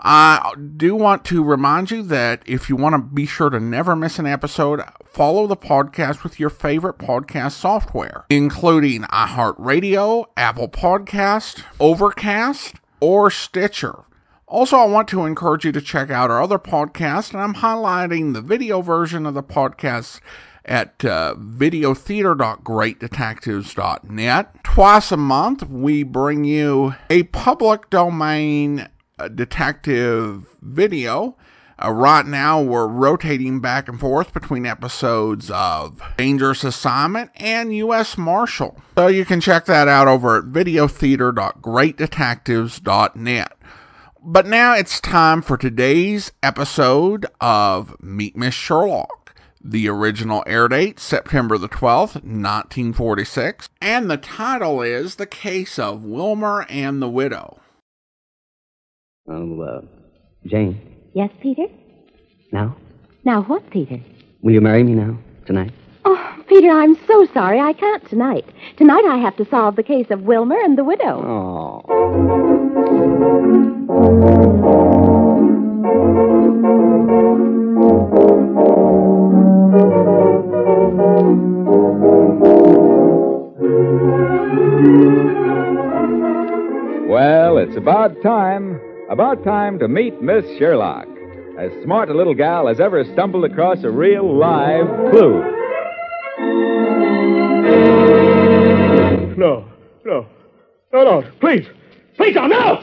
I do want to remind you that if you want to be sure to never miss an episode, follow the podcast with your favorite podcast software, including iHeartRadio, Apple Podcast, Overcast, or Stitcher. Also, I want to encourage you to check out our other podcast, and I'm highlighting the video version of the podcast at uh, videotheater.greatdetectives.net. Twice a month, we bring you a public domain detective video. Uh, right now, we're rotating back and forth between episodes of Dangerous Assignment and U.S. Marshal. So you can check that out over at videotheater.greatdetectives.net. But now it's time for today's episode of Meet Miss Sherlock. The original air date, September the 12th, 1946, and the title is The Case of Wilmer and the Widow. Oh, uh, Jane, Yes, Peter? now? Now what, Peter? Will you marry me now? Tonight? Oh, Peter, I'm so sorry. I can't tonight. Tonight I have to solve the case of Wilmer and the widow. Oh. Well, it's about time. About time to meet Miss Sherlock. As smart a little gal as ever stumbled across a real live clue. No, no. No, no, please. Please, don't, no!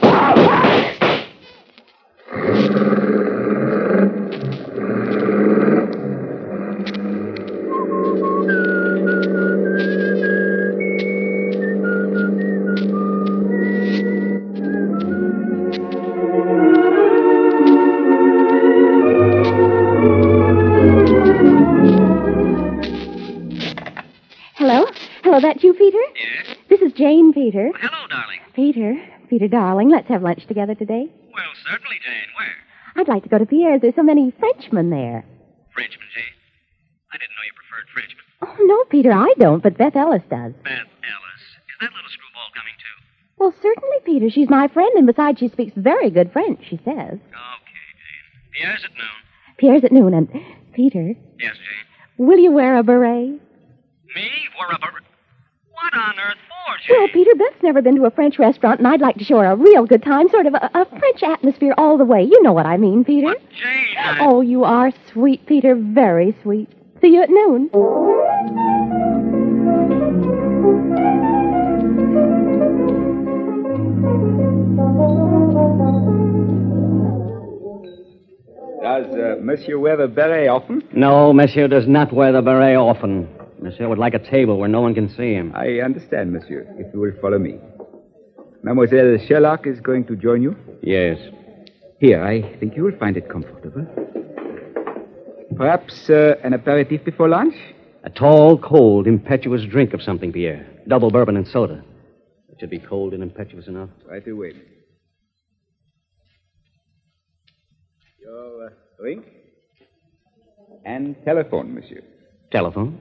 Hello? Hello, that you, Peter? Yes. This is Jane, Peter. Hello, darling. Peter, Peter, darling, let's have lunch together today. Well, certainly, Jane. Where? I'd like to go to Pierre's. There's so many Frenchmen there. Frenchman, Jane. I didn't know you preferred Frenchman. Oh, no, Peter, I don't, but Beth Ellis does. Beth Ellis. Is that little screwball coming too? Well, certainly, Peter. She's my friend, and besides, she speaks very good French, she says. Okay, Jane. Pierre's at noon. Pierre's at noon, and. Peter, Yes, Jane. will you wear a beret? Me? Where a bur- What on earth for, Jane. Well, Peter, Beth's never been to a French restaurant, and I'd like to show her a real good time, sort of a, a French atmosphere all the way. You know what I mean, Peter. But Jane, I... Oh, you are sweet, Peter. Very sweet. See you at noon. Does uh, Monsieur wear the beret often? No, Monsieur does not wear the beret often. Monsieur would like a table where no one can see him. I understand, Monsieur, if you will follow me. Mademoiselle Sherlock is going to join you. Yes. Here, I think you will find it comfortable. Perhaps uh, an aperitif before lunch? A tall, cold, impetuous drink of something, Pierre. Double bourbon and soda. It should be cold and impetuous enough. Right away. Your uh, drink? And telephone, monsieur. Telephone?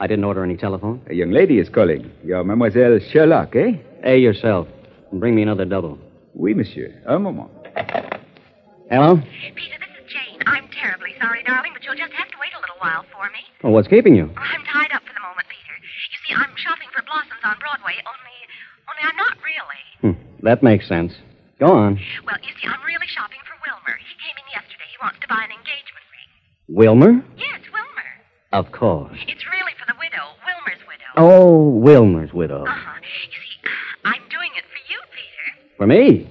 I didn't order any telephone. A young lady is calling. Your Mademoiselle Sherlock, eh? Hey, yourself. And bring me another double. Oui, monsieur. Un moment. Hello? Peter, this is Jane. I'm terribly sorry, darling, but you'll just have to wait a little while for me. Well, what's keeping you? I'm tied up for the moment, Peter. You see, I'm shopping for blossoms on Broadway, only. Only I'm not really. Hmm, that makes sense. Go on. Well, you see, I'm really shopping for Wilmer. He came in yesterday. He wants to buy an engagement ring. Wilmer? Yes, Wilmer. Of course. It's really for the widow, Wilmer's widow. Oh, Wilmer's widow. Uh-huh. You see, I'm doing it for you, Peter. For me?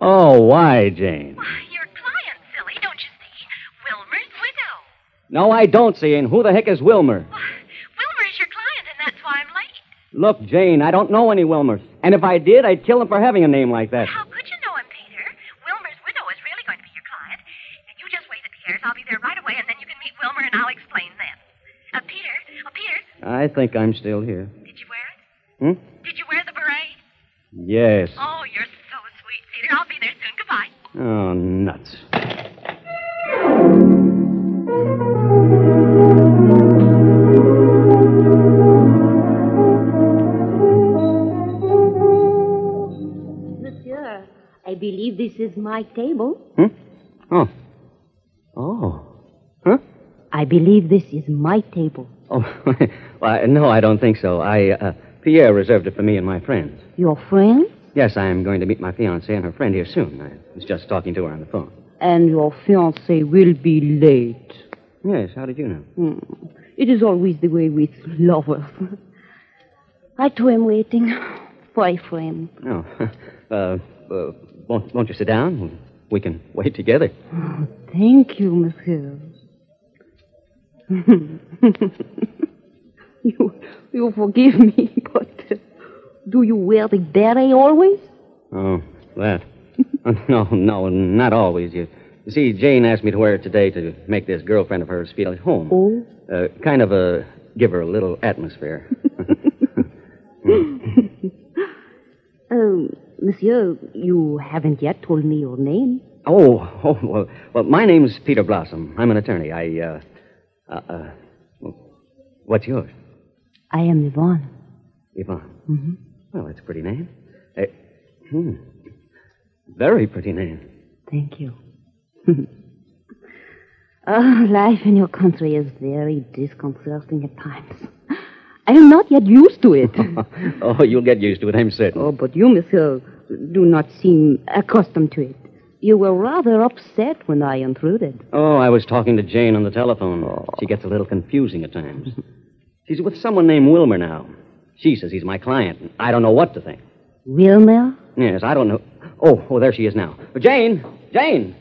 Oh, why, Jane? Why, your client, silly, don't you see? Wilmer's widow. No, I don't see. And who the heck is Wilmer? Why, Wilmer is your client, and that's why I'm late. Look, Jane, I don't know any Wilmers. And if I did, I'd kill him for having a name like that. How could you know him, Peter? Wilmer's widow is really going to be your client. And you just wait at Pierre's. I'll be there right away, and then you can meet Wilmer, and I'll explain then. Uh, Peter, oh, Peter, I think I'm still here. did you wear it? Hmm? Did you wear the beret? Yes. Oh, you're so sweet, Peter. I'll be there soon. Goodbye. Oh, nuts. Monsieur, I believe this is my table. Hmm? Oh. Oh. Huh? I believe this is my table. Oh, well, I- no, I don't think so. I, uh, Pierre reserved it for me and my friends. Your friends Yes, I am going to meet my fiancée and her friend here soon. I was just talking to her on the phone. and your fiancé will be late. Hmm. Yes, how did you know? It is always the way with lovers. I too am waiting for a friend. No. Uh, uh, won't, won't you sit down? We can wait together. Thank you, monsieur. you, you forgive me, but uh, do you wear the beret always? Oh, that. Uh, no, no, not always. You, you see, Jane asked me to wear it today to make this girlfriend of hers feel at home. Oh. Uh, kind of a give her a little atmosphere. Oh, Mm. monsieur, you haven't yet told me your name. oh, oh, well, well, my name's Peter Blossom. I'm an attorney. I, uh, uh, uh what's yours? I am Yvonne. Yvonne. Mm-hmm. Well, that's a pretty name. Uh, hmm. Very pretty name. Thank you. oh, life in your country is very disconcerting at times. I am not yet used to it. oh, you'll get used to it, I'm certain. oh, but you, monsieur, do not seem accustomed to it. You were rather upset when I intruded. Oh, I was talking to Jane on the telephone. She gets a little confusing at times. She's with someone named Wilmer now. She says he's my client. and I don't know what to think. Wilmer? Yes, I don't know. Oh, oh, there she is now. Jane, Jane,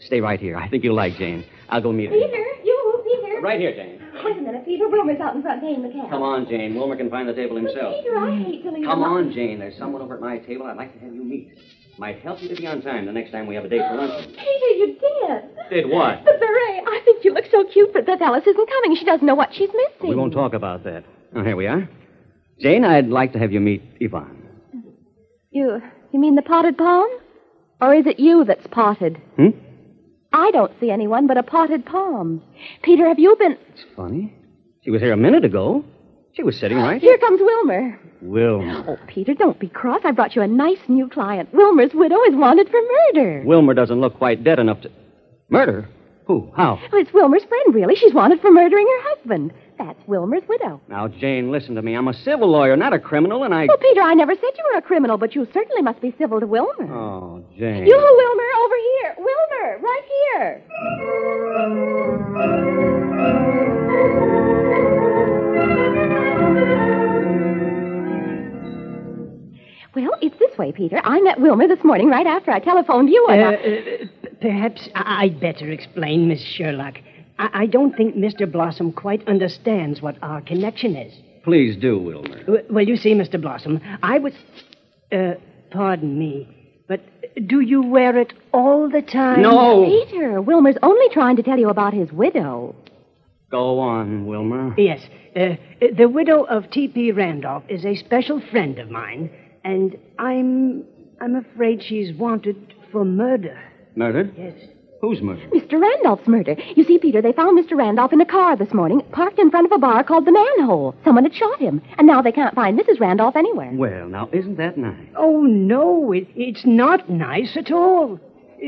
stay right here. I think you'll like Jane. I'll go meet her. Peter, you, Peter. Right here, Jane. Wait a minute, Peter. Wilmer's out in front paying the cab. Come on, Jane. Wilmer can find the table himself. Peter, I hate telling Come on, Jane. There's someone over at my table I'd like to have you meet. Might help you to be on time the next time we have a date for lunch. Peter, you did. Did what? The beret. I think you look so cute, but that Alice isn't coming. She doesn't know what she's missing. We won't talk about that. Oh, here we are. Jane, I'd like to have you meet Yvonne. You, you mean the potted palm? Or is it you that's potted? Hmm? I don't see anyone but a potted palm. Peter, have you been. It's funny. She was here a minute ago. She was sitting right Here comes Wilmer. Wilmer. Oh, Peter, don't be cross. I brought you a nice new client. Wilmer's widow is wanted for murder. Wilmer doesn't look quite dead enough to. Murder? Who? How? Well, it's Wilmer's friend, really. She's wanted for murdering her husband. That's Wilmer's widow. Now, Jane, listen to me. I'm a civil lawyer, not a criminal, and I. Oh, Peter, I never said you were a criminal, but you certainly must be civil to Wilmer. Oh, Jane. You, Wilmer, over here. Wilmer, right here. Well, it's this way, Peter. I met Wilmer this morning right after I telephoned you. And I- Perhaps I- I'd better explain, Miss Sherlock. I-, I don't think Mr. Blossom quite understands what our connection is. Please do, Wilmer. W- Well, you see, Mr. Blossom, I was. Uh, pardon me, but do you wear it all the time? No! Peter, Wilmer's only trying to tell you about his widow. Go on, Wilmer. Yes. Uh, the widow of T.P. Randolph is a special friend of mine, and I'm. I'm afraid she's wanted for murder. Murdered? Yes. Who's murdered? Mr. Randolph's murder. You see, Peter, they found Mr. Randolph in a car this morning, parked in front of a bar called the Manhole. Someone had shot him, and now they can't find Mrs. Randolph anywhere. Well, now, isn't that nice? Oh, no, it, it's not nice at all.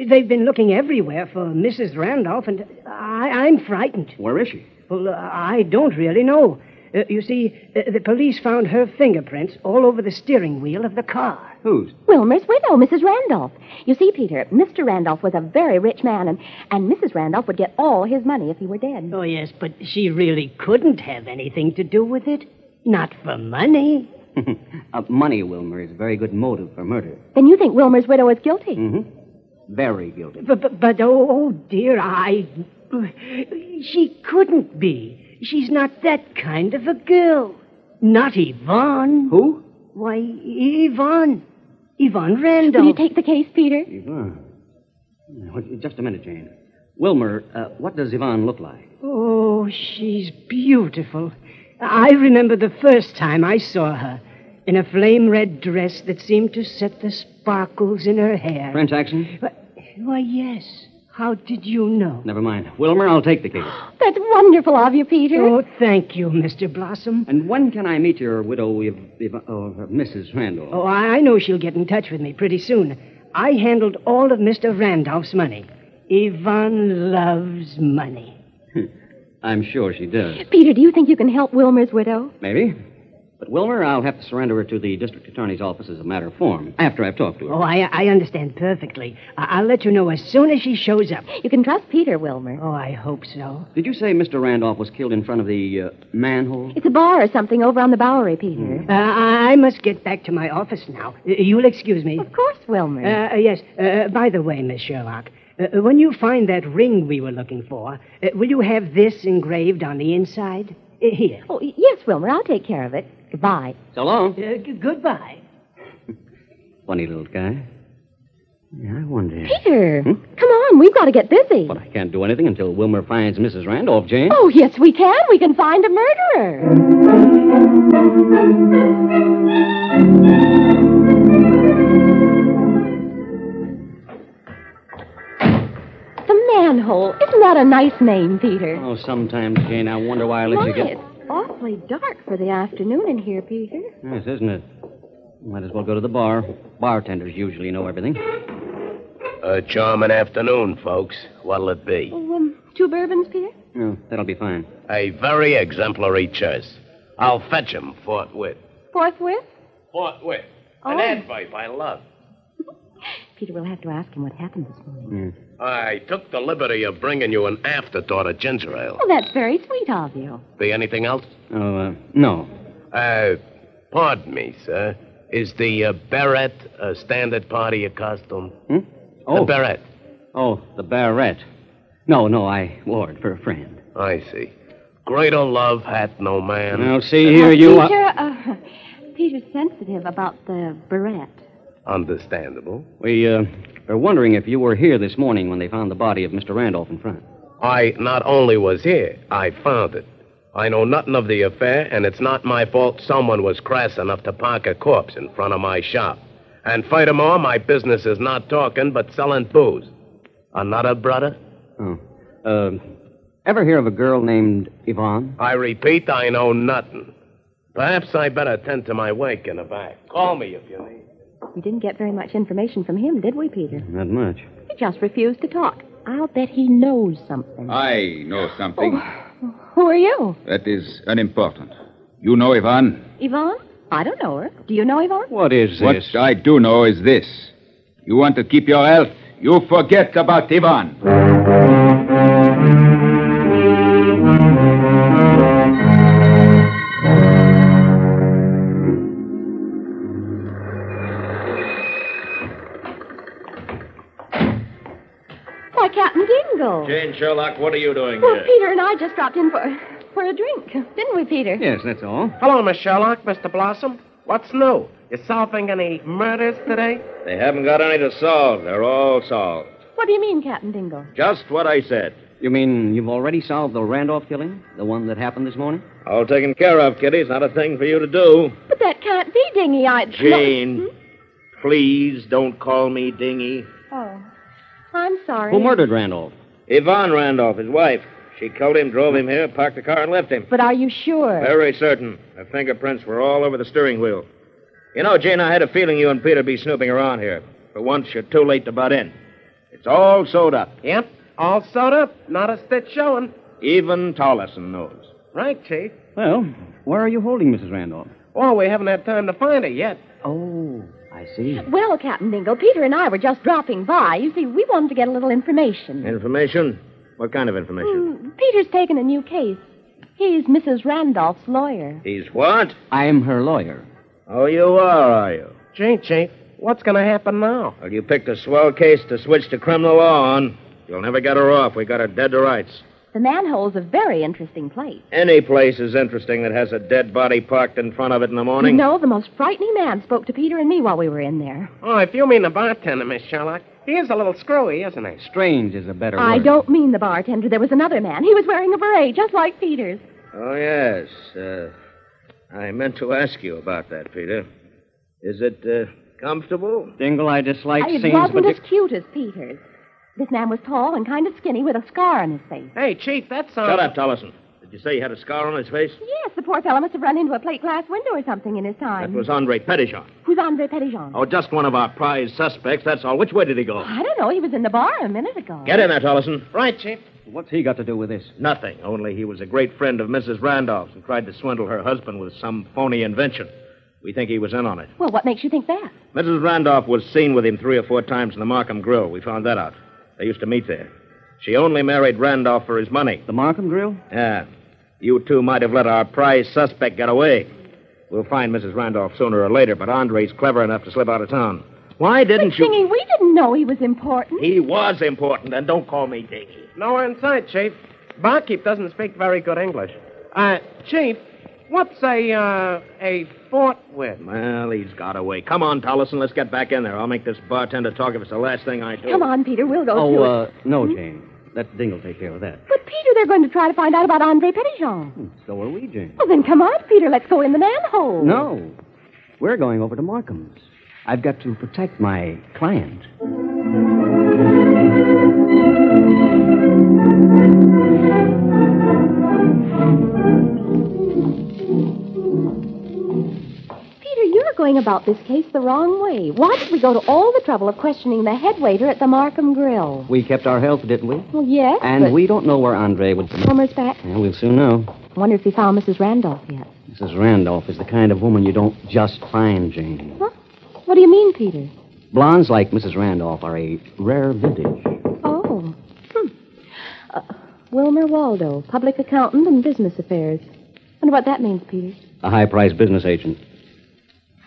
They've been looking everywhere for Mrs. Randolph, and I, I'm frightened. Where is she? Well, uh, I don't really know. Uh, you see, uh, the police found her fingerprints all over the steering wheel of the car. Whose? Wilmer's widow, Mrs. Randolph. You see, Peter, Mr. Randolph was a very rich man, and, and Mrs. Randolph would get all his money if he were dead. Oh, yes, but she really couldn't have anything to do with it. Not for money. uh, money, Wilmer, is a very good motive for murder. Then you think Wilmer's widow is guilty? Mm-hmm. Very guilty. But, but, but oh, oh, dear, I. She couldn't be. She's not that kind of a girl. Not Yvonne. Who? Why, Yvonne. Yvonne Will you Randolph. take the case, Peter? Yvonne. Now, wait, Just a minute, Jane. Wilmer, uh, what does Yvonne look like? oh, she's beautiful. I remember the first time I saw her in a flame red dress that seemed to set the sparkles in her hair. French accent? Why, why, yes. How did you know? Never mind. Wilmer, I'll take the case. That's wonderful of you, Peter. Oh, thank you, Mr. Blossom. And when can I meet your widow, Yv- Yv- oh, uh, Mrs. Randall? Oh, I I know she'll get in touch with me pretty soon. I handled all of Mr. Randolph's money. Yvonne loves money. I'm sure she does. Peter, do you think you can help Wilmer's widow? Maybe. But, Wilmer, I'll have to surrender her to the district attorney's office as a matter of form after I've talked to her. Oh, I, I understand perfectly. I, I'll let you know as soon as she shows up. You can trust Peter, Wilmer. Oh, I hope so. Did you say Mr. Randolph was killed in front of the uh, manhole? It's a bar or something over on the Bowery, Peter. Uh, I must get back to my office now. Y- You'll excuse me. Of course, Wilmer. Uh, yes, uh, by the way, Miss Sherlock, uh, when you find that ring we were looking for, uh, will you have this engraved on the inside? Uh, here. Oh, y- yes, Wilmer, I'll take care of it. Goodbye. So long. Uh, g- goodbye. Funny little guy. Yeah, I wonder. Peter, Hmm? come on, we've got to get busy. But I can't do anything until Wilmer finds Mrs. Randolph, Jane. Oh, yes, we can. We can find a murderer. The manhole. Isn't that a nice name, Peter? Oh, sometimes, Jane, I wonder why I let Why, you get. it's awfully dark for the afternoon in here, Peter. Yes, isn't it? Might as well go to the bar. Bartenders usually know everything. A charming afternoon, folks. What'll it be? Oh, um, two bourbons, Peter? No, that'll be fine. A very exemplary choice. I'll fetch 'em forthwith. Forthwith? Forthwith. Oh. An advice I love. Peter, we'll have to ask him what happened this morning. I took the liberty of bringing you an afterthought of ginger ale. Oh, that's very sweet of you. Be anything else? Oh, uh, no. Uh, pardon me, sir. Is the uh, beret a standard part of your costume? Hmm? The Oh, beret. oh, the barrette. No, no, I wore it for a friend. I see. Greater love hath no man. Now, see here, you are. Peter, uh, Peter's sensitive about the barrette. Understandable. We uh, are wondering if you were here this morning when they found the body of Mr. Randolph in front. I not only was here, I found it. I know nothing of the affair, and it's not my fault someone was crass enough to park a corpse in front of my shop. And furthermore, my business is not talking but selling booze. Another brother? Oh. Uh, ever hear of a girl named Yvonne? I repeat, I know nothing. Perhaps I better tend to my wake in the back. Call me if you need. We didn't get very much information from him, did we, Peter? Not much. He just refused to talk. I'll bet he knows something. I know something. Who are you? That is unimportant. You know Ivan? Yvonne? I don't know her. Do you know Yvonne? What is this? What I do know is this. You want to keep your health, you forget about Ivan. Why, Captain Dingle. Jane Sherlock, what are you doing Well, here? Peter and I just dropped in for for a drink, didn't we, Peter? that's all. Hello, Miss Sherlock, Mr. Blossom. What's new? You solving any murders today? They haven't got any to solve. They're all solved. What do you mean, Captain Dingle? Just what I said. You mean you've already solved the Randolph killing? The one that happened this morning? All taken care of, Kitty. It's not a thing for you to do. But that can't be, Dingy. I Jane, please don't call me Dingy. Oh, I'm sorry. Randolph? Yvonne Randolph, his wife. She killed him, drove him here, parked the car, and left him. But are you sure? Very certain. Her fingerprints were all over the steering wheel. You know, Jane, I had a feeling you and Peter'd be snooping around here. For once, you're too late to butt in. It's all sewed up. Yep, all sewed up. Not a stitch showing. Even Tollison knows. Right, Chief. Well, where are you holding Mrs. Randolph? Oh, we haven't had time to find her yet. Oh, I see. Well, Captain Dingle, Peter and I were just dropping by. You see, we wanted to get a little information. Information? What kind of information? Mm, Peter's taken a new case. He's Mrs. Randolph's lawyer. He's what? I'm her lawyer. Oh, you are, are you? Chief, Chief, what's going to happen Oh. now? Well, you picked a swell case to switch to criminal law on. You'll never get her off. We got her dead to rights. The manhole's a very interesting place. Any place is interesting that has a dead body parked in front of it in the morning. No, the most frightening man spoke to Peter and me while we were in there. Oh, if you mean the bartender, Miss Sherlock, he is a little screwy, isn't he? Strange is a better I word. don't mean the bartender. There was another man. He was wearing a beret, just like Peter's. Oh, yes. Uh, I meant to ask you about that, Peter. Is it uh, comfortable? Dingle, I dislike it wasn't as cute as Peter's. This man was tall and kind of skinny with a scar on his face. Hey, Chief, that's Shut up, Tollison. Did you say he had a scar on his face? Yes, the poor fellow must have run into a plate glass window or something in his time. That was Andre Petitjean. Who's Andre Petitjean? Oh, just one of our prized suspects, that's all. Which way did he go? Oh, I don't know. He was in the bar a minute ago. Get in there, Tollison. Right, Chief. What's he got to do with this? Nothing, only he was a great friend of Mrs. Randolph's and tried to swindle her husband with some phony invention. We think he was in on it. Well, what makes you think that? Mrs. Randolph was seen with him three or four times in the Markham Grill. We found that out. They used to meet there. She only married Randolph for his money. The Markham Grill? Yeah. You two might have let our prize suspect get away. We'll find Mrs. Randolph sooner or later, but Andre's clever enough to slip out of town. Why didn't but, you? Dingy, we didn't know he was important. He was important, and don't call me Dingy. Nowhere in sight, Chief. Barkeep doesn't speak very good English. Uh, Chief, what's a, uh, a fort with? Well, he's got away. Come on, Tollison, let's get back in there. I'll make this bartender talk if it's the last thing I do. Come on, Peter. We'll go Oh, to uh, it. Hmm? no, Jane. Let Dingle take care of that. But, Peter, they're going to try to find out about Andre Petitjean. So are we, Jane. Well, then come on, Peter. Let's go in the manhole. No. We're going over to Markham's. I've got to protect my client. Peter, you're going about this case the wrong way. Why did we go to all the trouble of questioning the head waiter at the Markham Grill? We kept our health, didn't we? Well, yes. And but- we don't know where Andre would be. Homer's back. And we'll soon know. Wonder if he found Mrs. Randolph yet. Mrs. Randolph is the kind of woman you don't just find, Jane. What do you mean, Peter? Blondes like Mrs. Randolph are a rare vintage. Oh. Hmm. Uh, Wilmer Waldo, public accountant and business affairs. Wonder what that means, Peter. A high priced business agent.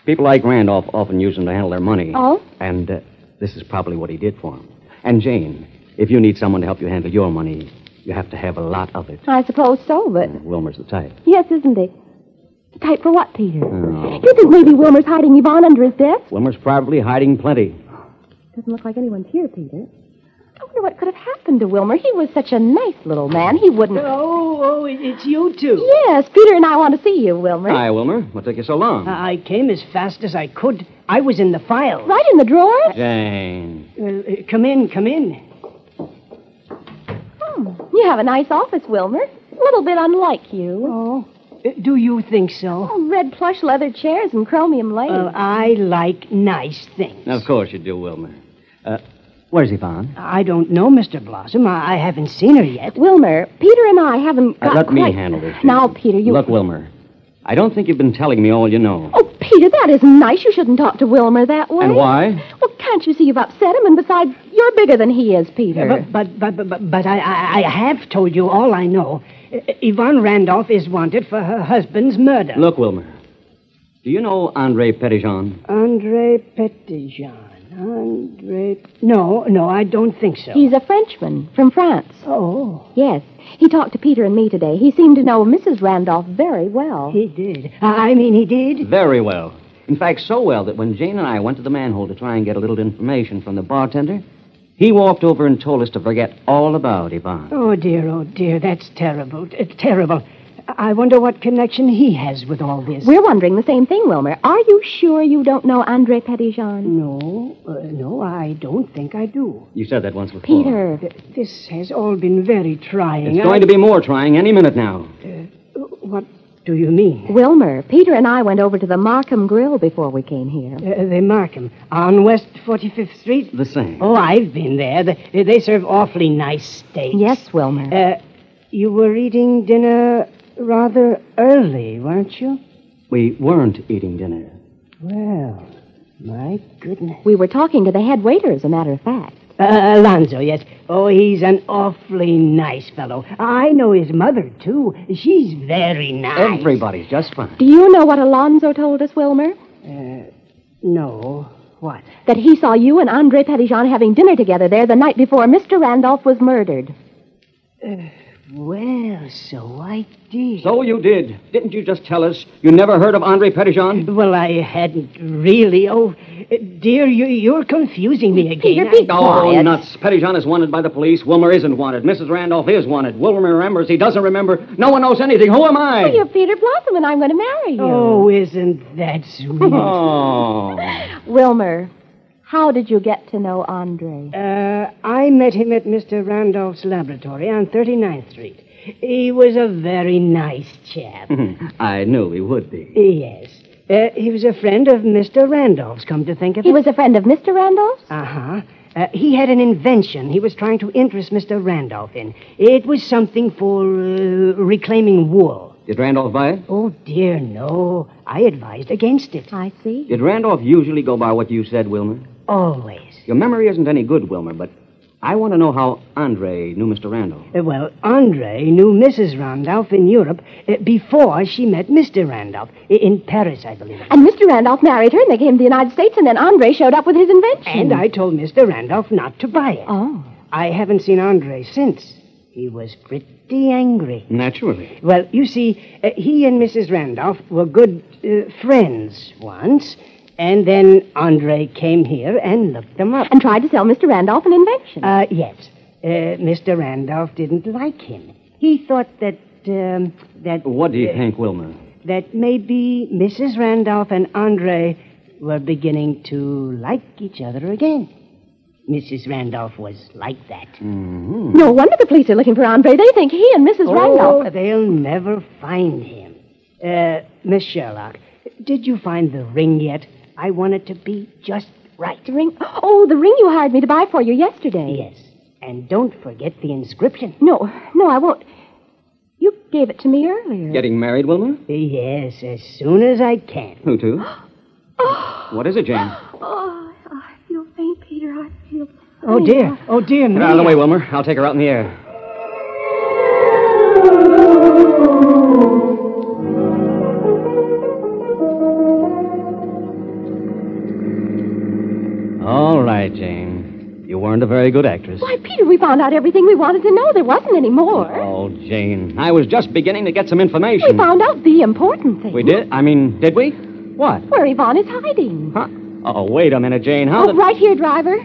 People like Randolph often use him to handle their money. Oh? And uh, this is probably what he did for him. And Jane, if you need someone to help you handle your money, you have to have a lot of it. I suppose so, but. Wilmer's the type. Yes, isn't he? Type for what, Peter? Oh. You think maybe Wilmer's hiding Yvonne under his desk? Wilmer's probably hiding plenty. Doesn't look like anyone's here, Peter. I wonder what could have happened to Wilmer. He was such a nice little man. He wouldn't. Oh, oh, it- it's you two. Yes, Peter and I want to see you, Wilmer. Hi, Wilmer. What took you so long? Uh, I I came as fast as I could. I was in the file. Right in the drawer? Jane. Well, uh, come in, come in. You have a nice office, Wilmer. A little bit unlike you. Oh. Uh, Do you think so? Oh, red plush leather chairs and chromium lace. Well, I like nice things. Of course you do, Wilmer. Uh, Where's Yvonne? I don't know, Mr. Blossom. I, I haven't seen her yet. Wilmer, Peter and I haven't Uh, got let me quite- handle this. Now, Peter, you... Look, Wilmer, I don't think you've been telling me all you know. Oh, Peter, that isn't nice. You shouldn't talk to Wilmer that way. And why? Well, can't you see you've upset him? And besides, you're bigger than he is, Peter. But, but, but, but, but, but I, I, I have told you all I know. Uh, Yvonne Randolph is wanted for her husband's murder. Look, Wilmer, do you know Andre Petitjean? Andre Petitjean. Andre. No, no, I don't think so. He's a Frenchman from France. Oh. Yes. He talked to Peter and me today. He seemed to know Mrs. Randolph very well. He did. I mean, he did. Very well. In fact, so well that when Jane and I went to the manhole to try and get a little information from the bartender, he walked over and told us to forget all about Yvonne. Oh, dear, oh, dear. That's terrible. It's terrible. I I wonder what connection he has with all this. We're wondering the same thing, Wilmer. Are you sure you don't know Andre Petitjean? No, uh, no, I don't think I do. You said that once before. Peter. This has all been very trying. It's I- going to be more trying any minute now. What do you mean? Wilmer, Peter and I went over to the Markham Grill before we came here. Uh, they mark him on West 45th Street. The same. Oh, I've been there. They, they serve awfully nice steaks. Yes, Wilmer. Uh, you were eating dinner rather early, weren't you? We weren't eating dinner. Well, my goodness. We were talking to the head waiter, as a matter of fact. Uh, Alonzo, yes. Oh, he's an awfully nice fellow. I know his mother, too. She's very nice. Everybody's just fine. Do you know what Alonzo told us, Wilmer? Uh, no. What? That he saw you and Andre Petitjean having dinner together there the night before Mr. Randolph was murdered. Uh, well, so I did. So you did. Didn't you just tell us you never heard of Andre Petitjean? Well, I hadn't really. Oh, uh, dear, you, you're confusing me again. Peter, be I- Oh, nuts. Petitjean is wanted by the police. Wilmer isn't wanted. Mrs. Randolph is wanted. Wilmer remembers. He doesn't remember. No one knows anything. Who am I? Well, Oh, you're Peter Blossom, and I'm going to marry you. Oh, isn't that sweet? Oh. Wilmer, how did you get to know Andre? Uh, I met him at Mr. Randolph's laboratory on 39th Street. He was a very nice chap. I knew he would be. yes. Uh, he was a friend of Mr. Randolph's, come to think of He it. was a friend of Mr. Randolph's? Uh-huh. Uh, he had an invention he was trying to interest Mr. Randolph in. It was something for uh, reclaiming wool. Did Randolph buy it? Oh, dear, no. I advised against it. I see. Did Randolph usually go by what you said, Wilmer? Always. Your memory isn't any good, Wilmer, but I want to know how Andre knew Mr. Randolph. Uh, Well, Andre knew Mrs. Randolph in Europe uh, before she met Mr. Randolph, i- in Paris, I believe. And Mr. Randolph married her, and they came to the United States, and then Andre showed up with his invention. And I told Mr. Randolph not to buy it. Hmm. Oh. I haven't seen Andre since. He was pretty angry. Naturally. Well, you see, uh, he and Mrs. Randolph were good uh, friends once, and then Andre came here and looked them up. And tried to sell Mr. Randolph an invention. Uh, yes. Uh, Mr. Randolph didn't like him. He thought that, um, that... What do you uh, think, Wilmer? that maybe Mrs. Randolph and Andre were beginning to like each other again. Mrs. Randolph was like that. Hmm. Mm-hmm. No wonder the police are looking for Andre. They think he and Mrs. Randolph. Oh, they'll never find him. Uh, Miss Sherlock, did you find the ring yet? I want it to be just right. The ring? Oh, the ring you hired me to buy for you yesterday. Yes. And don't forget the inscription. No, no, I won't. You gave it to me earlier. Getting married, Wilmer? Yes, as soon as I can. Who to? what is it, Jane? Oh, I feel faint, Peter. I feel. Oh, dear. Oh, dear, Get out of the way, Wilmer. I'll take her out in the air. All right, Jane. You weren't a very good actress. Why, Peter, we found out everything we wanted to know. There wasn't any more. Oh, Jane. I was just beginning to get some information. We found out the important thing. We did? I mean, did we? What? Where Yvonne is hiding. Huh? Oh, wait a minute, Jane. How Oh, did... right here, driver.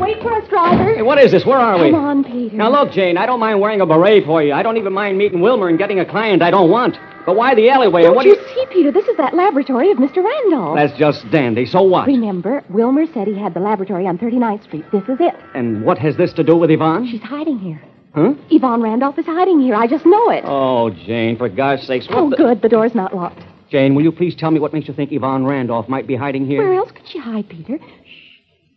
Wait for us, driver. Hey, what is this? Where are we? Come on, Peter. Now, look, Jane, I don't mind wearing a beret for you. I don't even mind meeting Wilmer and getting a client I don't want. But why the alleyway? Don't and what you do you... see, Peter? This is that laboratory of Mr. Randolph. That's just dandy. So what? Remember, Wilmer said he had the laboratory on 39th Street. This is it. And what has this to do with Yvonne? She's hiding here. Huh? Yvonne Randolph is hiding here. I just know it. Oh, Jane, for gosh sakes, what Oh, the... good. The door's not locked. Jane, will you please tell me what makes you think Yvonne Randolph might be hiding here? Where else could she hide, Peter? Shh.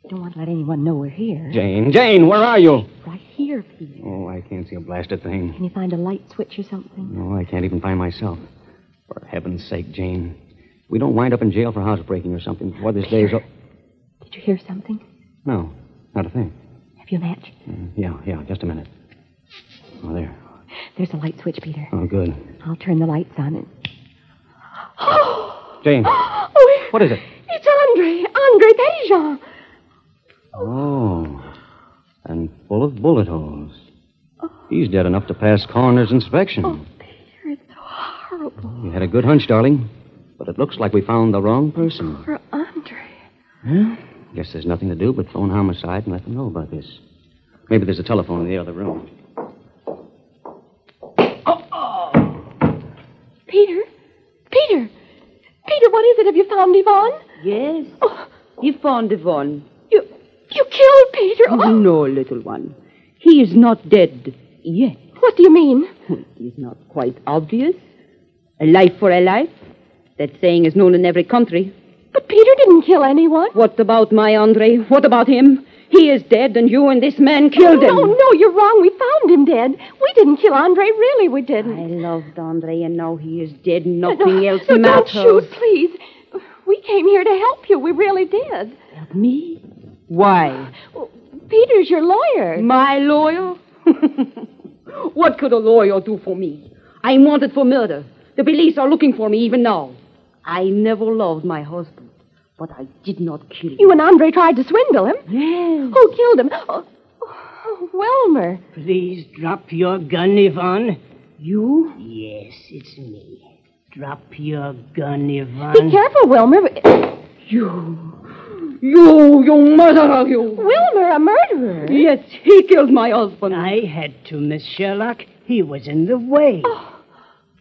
Don't want to let anyone know we're here. Jane, Jane, where are you? Right here, Peter. Oh, I can't see a blasted thing. Can you find a light switch or something? No, I can't even find myself. For heaven's sake, Jane. We don't wind up in jail for housebreaking or something before this day's up. Did you hear something? No, not a thing. Have you a match? Yeah, yeah, just a minute. Oh, there. There's a light switch, Peter. Oh, good. I'll turn the lights on and. Jane, Oh, what is it? it's Andre! Andre Pajon! Oh, and full of bullet holes. He's dead enough to pass coroner's inspection. Peter, it's so horrible. You had a good hunch, darling, but it looks like we found the wrong person. Poor Andre. Well, guess there's nothing to do but phone homicide and let them know about this. Maybe there's a telephone in the other room. Peter? Peter! Peter, what is it? Have you found Yvonne? Yes. Oh. You found Yvonne. You, you killed Peter. Oh. No, little one. He is not dead yet. What do you mean? It is not quite obvious. A life for a life. That saying is known in every country. But Peter didn't kill anyone. What about my Andre? What about him? He is dead, and you and this man killed him. No, no, you're wrong. We found him dead. We didn't kill Andre, really, we didn't. I loved Andre, and now he is dead. Nothing No, else no, matters. Don't shoot, please. We came here to help you. We really did. Help me? Why? Peter's your lawyer. My lawyer? what could a lawyer do for me? I'm wanted for murder. The police are looking for me even now. I never loved my husband, but I did not kill him. You and Andre tried to swindle him. Yes. Who killed him? Oh, oh, Wilmer. Please drop your gun, Yvonne. You? Yes, it's me. Drop your gun, Yvonne. Be careful, Wilmer. You. You, you murderer, you. Wilmer, a murderer. Yes, he killed my husband. Mm-hmm. I had to, Miss Sherlock. He was in the way.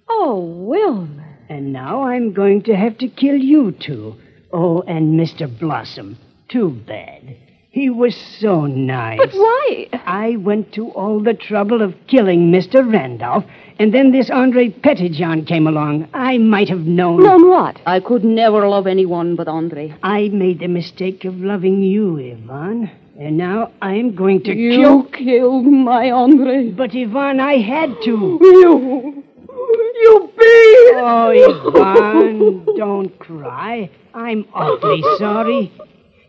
Oh, Wilmer. And now I'm going to have to kill you two. Oh, and Mr. Blossom. Too bad. He was so nice. But why? I went to all the trouble of killing Mr. Randolph, and then this Andre Pettijohn came along. I might have known. Known what? I could never love anyone but Andre. I made the mistake of loving you, Yvonne. And now I'm going to You kill. killed my Andre. But Yvonne, I had to. You. You beat. Oh, Yvonne, don't cry. I'm awfully sorry.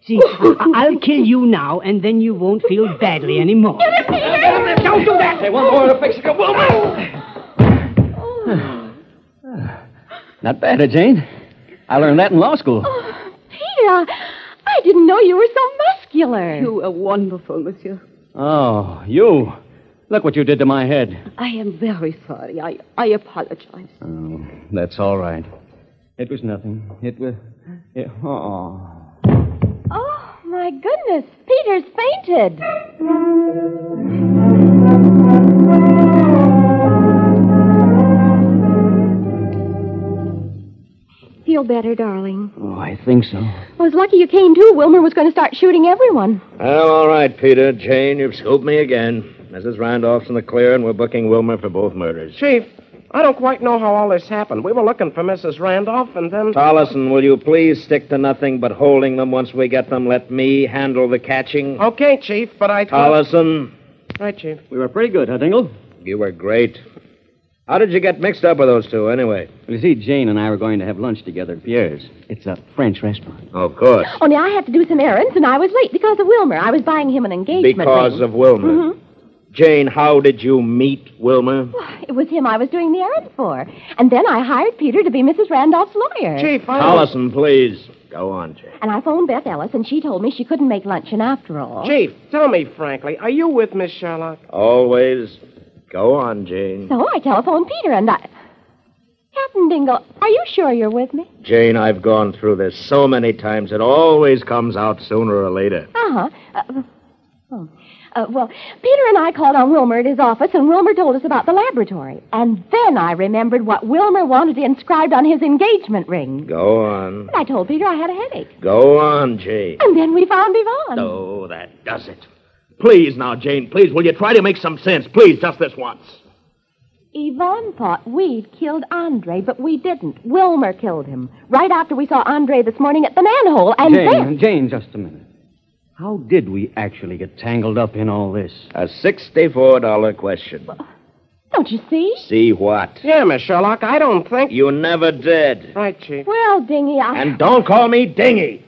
See, I- I'll kill you now, and then you won't feel badly anymore. Don't do that. Say one more to fix it. Oh, Not bad, eh, Jane? I learned that in law school. Peter, I, I didn't know you were so muscular. You are wonderful, monsieur. Oh, you. Look what you did to my head. I am very sorry. I, I apologize. Oh, that's all right. It was nothing. It was. It, oh. Oh, my goodness. Peter's fainted. Feel better, darling. oh, I think so. I was lucky you came too. Wilmer was going to start shooting everyone. Well, all right, Peter. Jane, you've scooped me again. Mrs. Randolph's in the clear, and we're booking Wilmer for both murders. Chief, I don't quite know how all this happened. We were looking for Mrs. Randolph, and then. Tollison, will you please stick to nothing but holding them once we get them? Let me handle the catching. Okay, Chief, but I. Tollison, Right, Chief. We were pretty good, huh, Dingle? you were great. How did you get mixed up with those two, anyway? You see, Jane and I were going to have lunch together at Pierre's. It's a French restaurant. Of course. Only I had to do some errands, and I was late because of Wilmer. I was buying him an engagement Because ring. of Wilmer. Mhm. Jane, how did you meet Wilmer? It was him I was doing the errand for. And then I hired Peter to be Mrs. Randolph's lawyer. Chief, Tollison, please. Go on, Jane. And I phoned Beth Ellis, and she told me she couldn't make luncheon after all. Chief, tell me frankly, are you with Miss Sherlock? Always. Go on, Jane. So I telephoned Peter, and I. Captain Dingle, are you sure you're with me? Jane, I've gone through this so many times, it always comes out sooner or later. Uh-huh. Uh oh. Uh, well, Peter and I called on Wilmer at his office, and Wilmer told us about the laboratory. And then I remembered what Wilmer wanted inscribed on his engagement ring. Go on. And I told Peter I had a headache. Go on, Jane. And then we found Yvonne. No, that does it. Please, now, Jane, please, will you try to make some sense? Please, just this once. Yvonne thought we'd killed Andre, but we didn't. Wilmer killed him right after we saw Andre this morning at the manhole, and Jane, then. Jane, just a minute. How did we actually get tangled up in all this? A $64 question. Don't you see? See what? Yeah, Miss Sherlock, I don't think. You never did. Right, Chief. Well, Dingy, I. And don't call me dingy.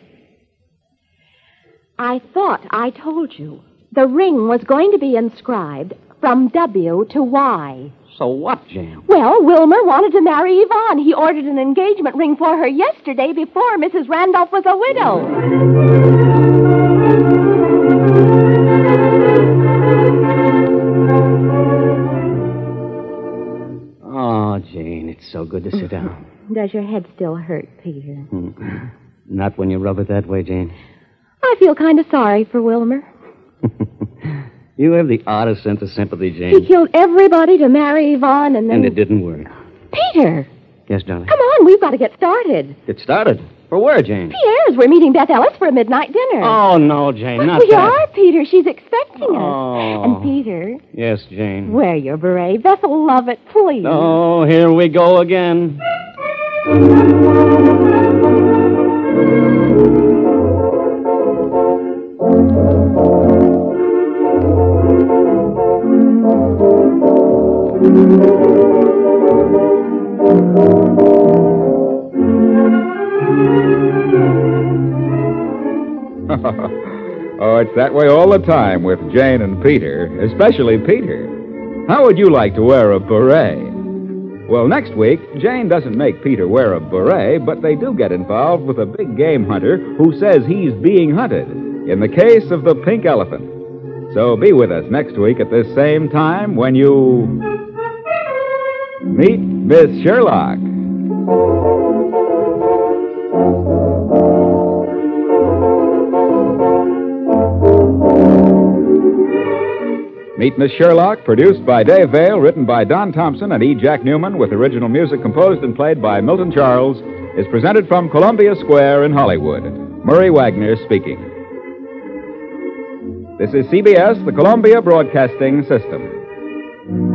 I thought I told you. The ring was going to be inscribed from W to Y. So what, Jane? Well, Wilmer wanted to marry Yvonne. He ordered an engagement ring for her yesterday before Mrs. Randolph was a widow. Oh, Jane, it's so good to sit down. Does your head still hurt, Peter? Hmm. Not when you rub it that way, Jane. I feel kind of sorry for Wilmer. You have the oddest sense of sympathy, He Jane. killed everybody to marry Yvonne and then. And it didn't work. Peter! Yes, darling. Come on, we've got to get started. It started. For where, Jane? Pierre's, we're meeting Beth Ellis for a midnight dinner. Oh, no, Jane, not we that. are, Peter. She's expecting Oh. us. And Peter, Yes, Jane. wear your beret. Beth will love it, please. Oh, here we go again. Oh, it's that way all the time with Jane and Peter, especially Peter. How would you like to wear a beret? Well, next week, Jane doesn't make Peter wear a beret, but they do get involved with a big game hunter who says he's being hunted in the case of the pink elephant. So be with us next week at this same time when you meet Miss Sherlock. Meet Miss Sherlock, produced by Dave Vale, written by Don Thompson and E. Jack Newman, with original music composed and played by Milton Charles, is presented from Columbia Square in Hollywood. Murray Wagner speaking. This is CBS, the Columbia Broadcasting System.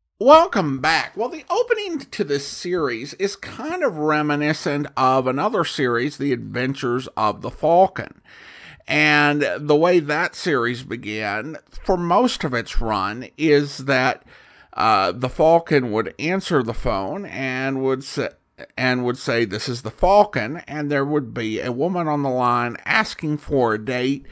Welcome back. Well, the opening to this series is kind of reminiscent of another series, The Adventures of the Falcon. And the way that series began, for most of its run, is that uh, the Falcon would answer the phone and would say, and would say, This is the Falcon. And there would be a woman on the line asking for a date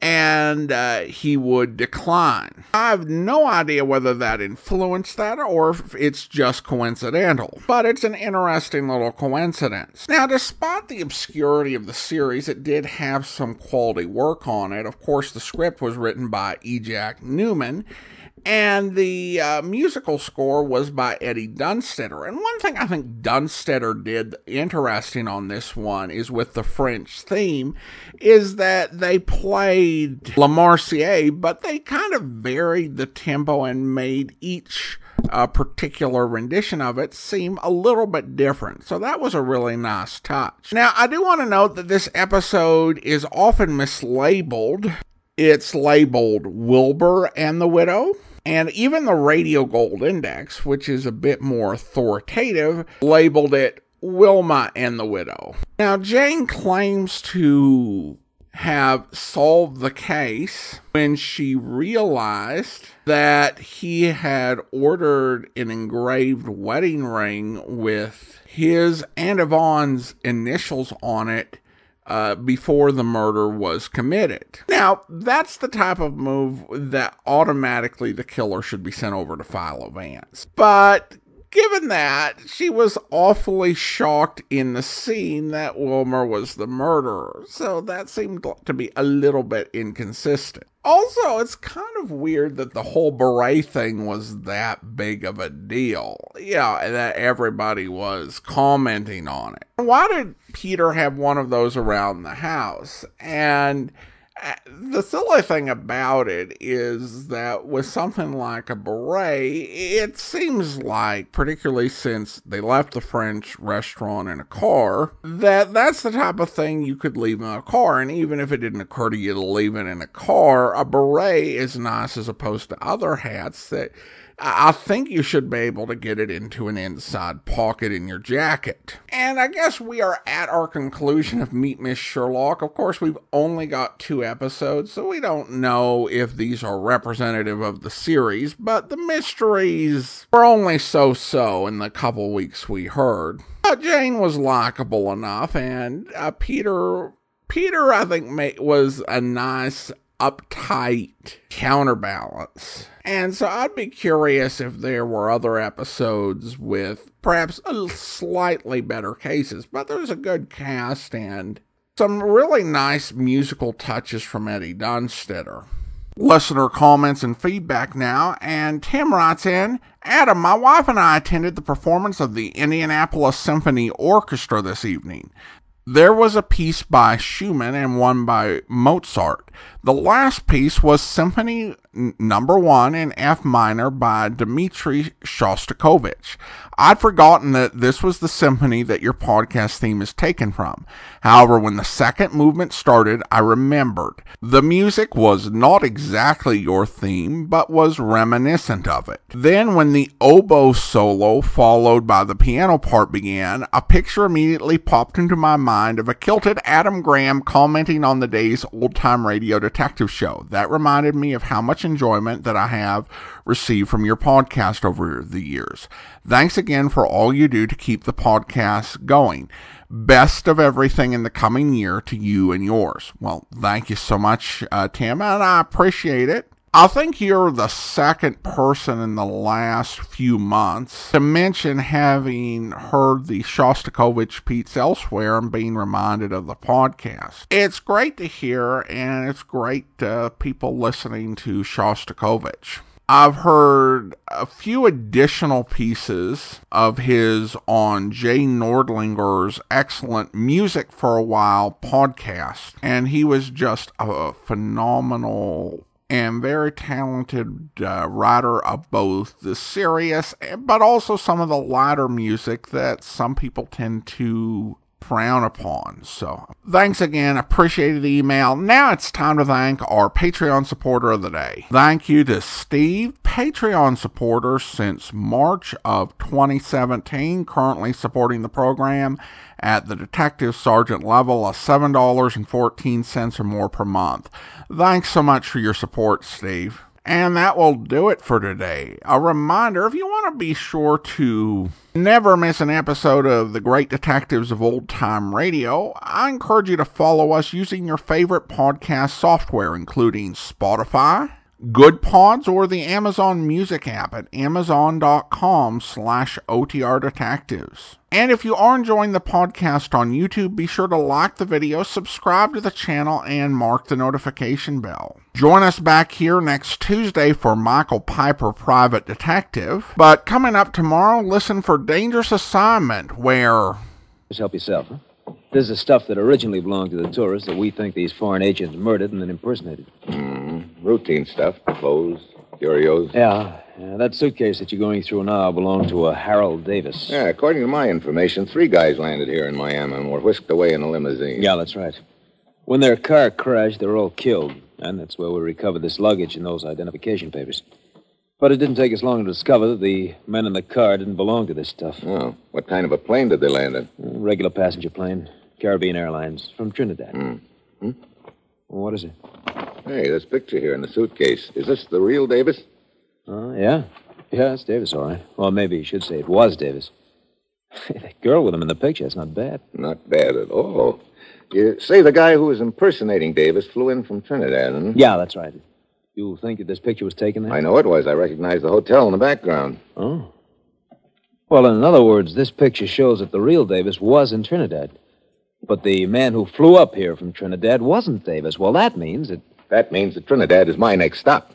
and uh, he would decline. I have no idea whether that influenced that or if it's just coincidental, but it's an interesting little coincidence. Now, despite the obscurity of the series, it did have some quality work on it. Of course, the script was written by E. Jack Newman. And the uh, musical score was by Eddie Dunstetter. And one thing I think Dunstetter did interesting on this one is with the French theme, is that they played La Marseillaise, but they kind of varied the tempo and made each uh, particular rendition of it seem a little bit different. So that was a really nice touch. Now, I do want to note that this episode is often mislabeled it's labeled Wilbur and the Widow. And even the Radio Gold Index, which is a bit more authoritative, labeled it Wilma and the widow. Now, Jane claims to have solved the case when she realized that he had ordered an engraved wedding ring with his and Yvonne's initials on it uh, before the murder was committed. Now, that's the type of move that automatically the killer should be sent over to Philo Vance. But given that, she was awfully shocked in the scene that Wilmer was the murderer. So that seemed to be a little bit inconsistent. Also, it's kind of weird that the whole beret thing was that big of a deal. Yeah, and that everybody was commenting on it. Why did Peter have one of those around the house? And uh, the silly thing about it is that with something like a beret, it seems like, particularly since they left the French restaurant in a car, that that's the type of thing you could leave in a car. And even if it didn't occur to you to leave it in a car, a beret is nice as opposed to other hats that I I think you should be able to get it into an inside pocket in your jacket. And I guess we are at our conclusion of Meet Miss Sherlock. Of course, we've only got two episodes, so we don't know if these are representative of the series, but the mysteries were only so so in the couple weeks we heard. Uh, Jane was likable enough, and uh, Peter. Peter, I think, ma- was a nice uptight counterbalance. And so I'd be curious if there were other episodes with perhaps a l- slightly better cases, but there's a good cast and some really nice musical touches from Eddie Dunstetter. Listener comments and feedback now, and Tim writes in Adam, my wife and I attended the performance of the Indianapolis Symphony Orchestra this evening. There was a piece by Schumann and one by Mozart. The last piece was Symphony N- Number 1 in F minor by Dmitri Shostakovich. I'd forgotten that this was the symphony that your podcast theme is taken from. However, when the second movement started, I remembered. The music was not exactly your theme, but was reminiscent of it. Then, when the oboe solo followed by the piano part began, a picture immediately popped into my mind of a kilted Adam Graham commenting on the day's old time radio detective show. That reminded me of how much enjoyment that I have received from your podcast over the years. Thanks again for all you do to keep the podcast going. Best of everything in the coming year to you and yours. Well, thank you so much, uh, Tim, and I appreciate it. I think you're the second person in the last few months to mention having heard the Shostakovich Pete's elsewhere and being reminded of the podcast. It's great to hear, and it's great uh, people listening to Shostakovich. I've heard a few additional pieces of his on Jay Nordlinger's excellent Music for a While podcast, and he was just a phenomenal and very talented uh, writer of both the serious but also some of the lighter music that some people tend to frown upon. So, thanks again. Appreciated the email. Now it's time to thank our Patreon supporter of the day. Thank you to Steve, Patreon supporter since March of 2017, currently supporting the program at the detective sergeant level of $7.14 or more per month. Thanks so much for your support, Steve. And that will do it for today. A reminder if you want to be sure to never miss an episode of The Great Detectives of Old Time Radio, I encourage you to follow us using your favorite podcast software, including Spotify, Good Pods, or the Amazon Music app at amazon.com slash OTR Detectives. And if you are enjoying the podcast on YouTube, be sure to like the video, subscribe to the channel, and mark the notification bell. Join us back here next Tuesday for Michael Piper Private Detective. But coming up tomorrow, listen for Dangerous Assignment, where. Just help yourself, huh? This is the stuff that originally belonged to the tourists that we think these foreign agents murdered and then impersonated. Mm-hmm. Routine stuff clothes, curios. Yeah, yeah, that suitcase that you're going through now belonged to a Harold Davis. Yeah, according to my information, three guys landed here in Miami and were whisked away in a limousine. Yeah, that's right. When their car crashed, they were all killed, and that's where we recovered this luggage and those identification papers. But it didn't take us long to discover that the men in the car didn't belong to this stuff. Oh. What kind of a plane did they land in? A regular passenger plane, Caribbean Airlines, from Trinidad. Hmm. What is it? Hey, this picture here in the suitcase. Is this the real Davis? Oh, yeah. Yeah, it's Davis, all right. Well, maybe you should say it was Davis. that girl with him in the picture, that's not bad. Not bad at all. You say the guy who was impersonating Davis flew in from Trinidad, and Yeah, that's right. You think that this picture was taken there? I know it was. I recognize the hotel in the background. Oh. Well, in other words, this picture shows that the real Davis was in Trinidad. But the man who flew up here from Trinidad wasn't Davis. Well, that means that. That means that Trinidad is my next stop.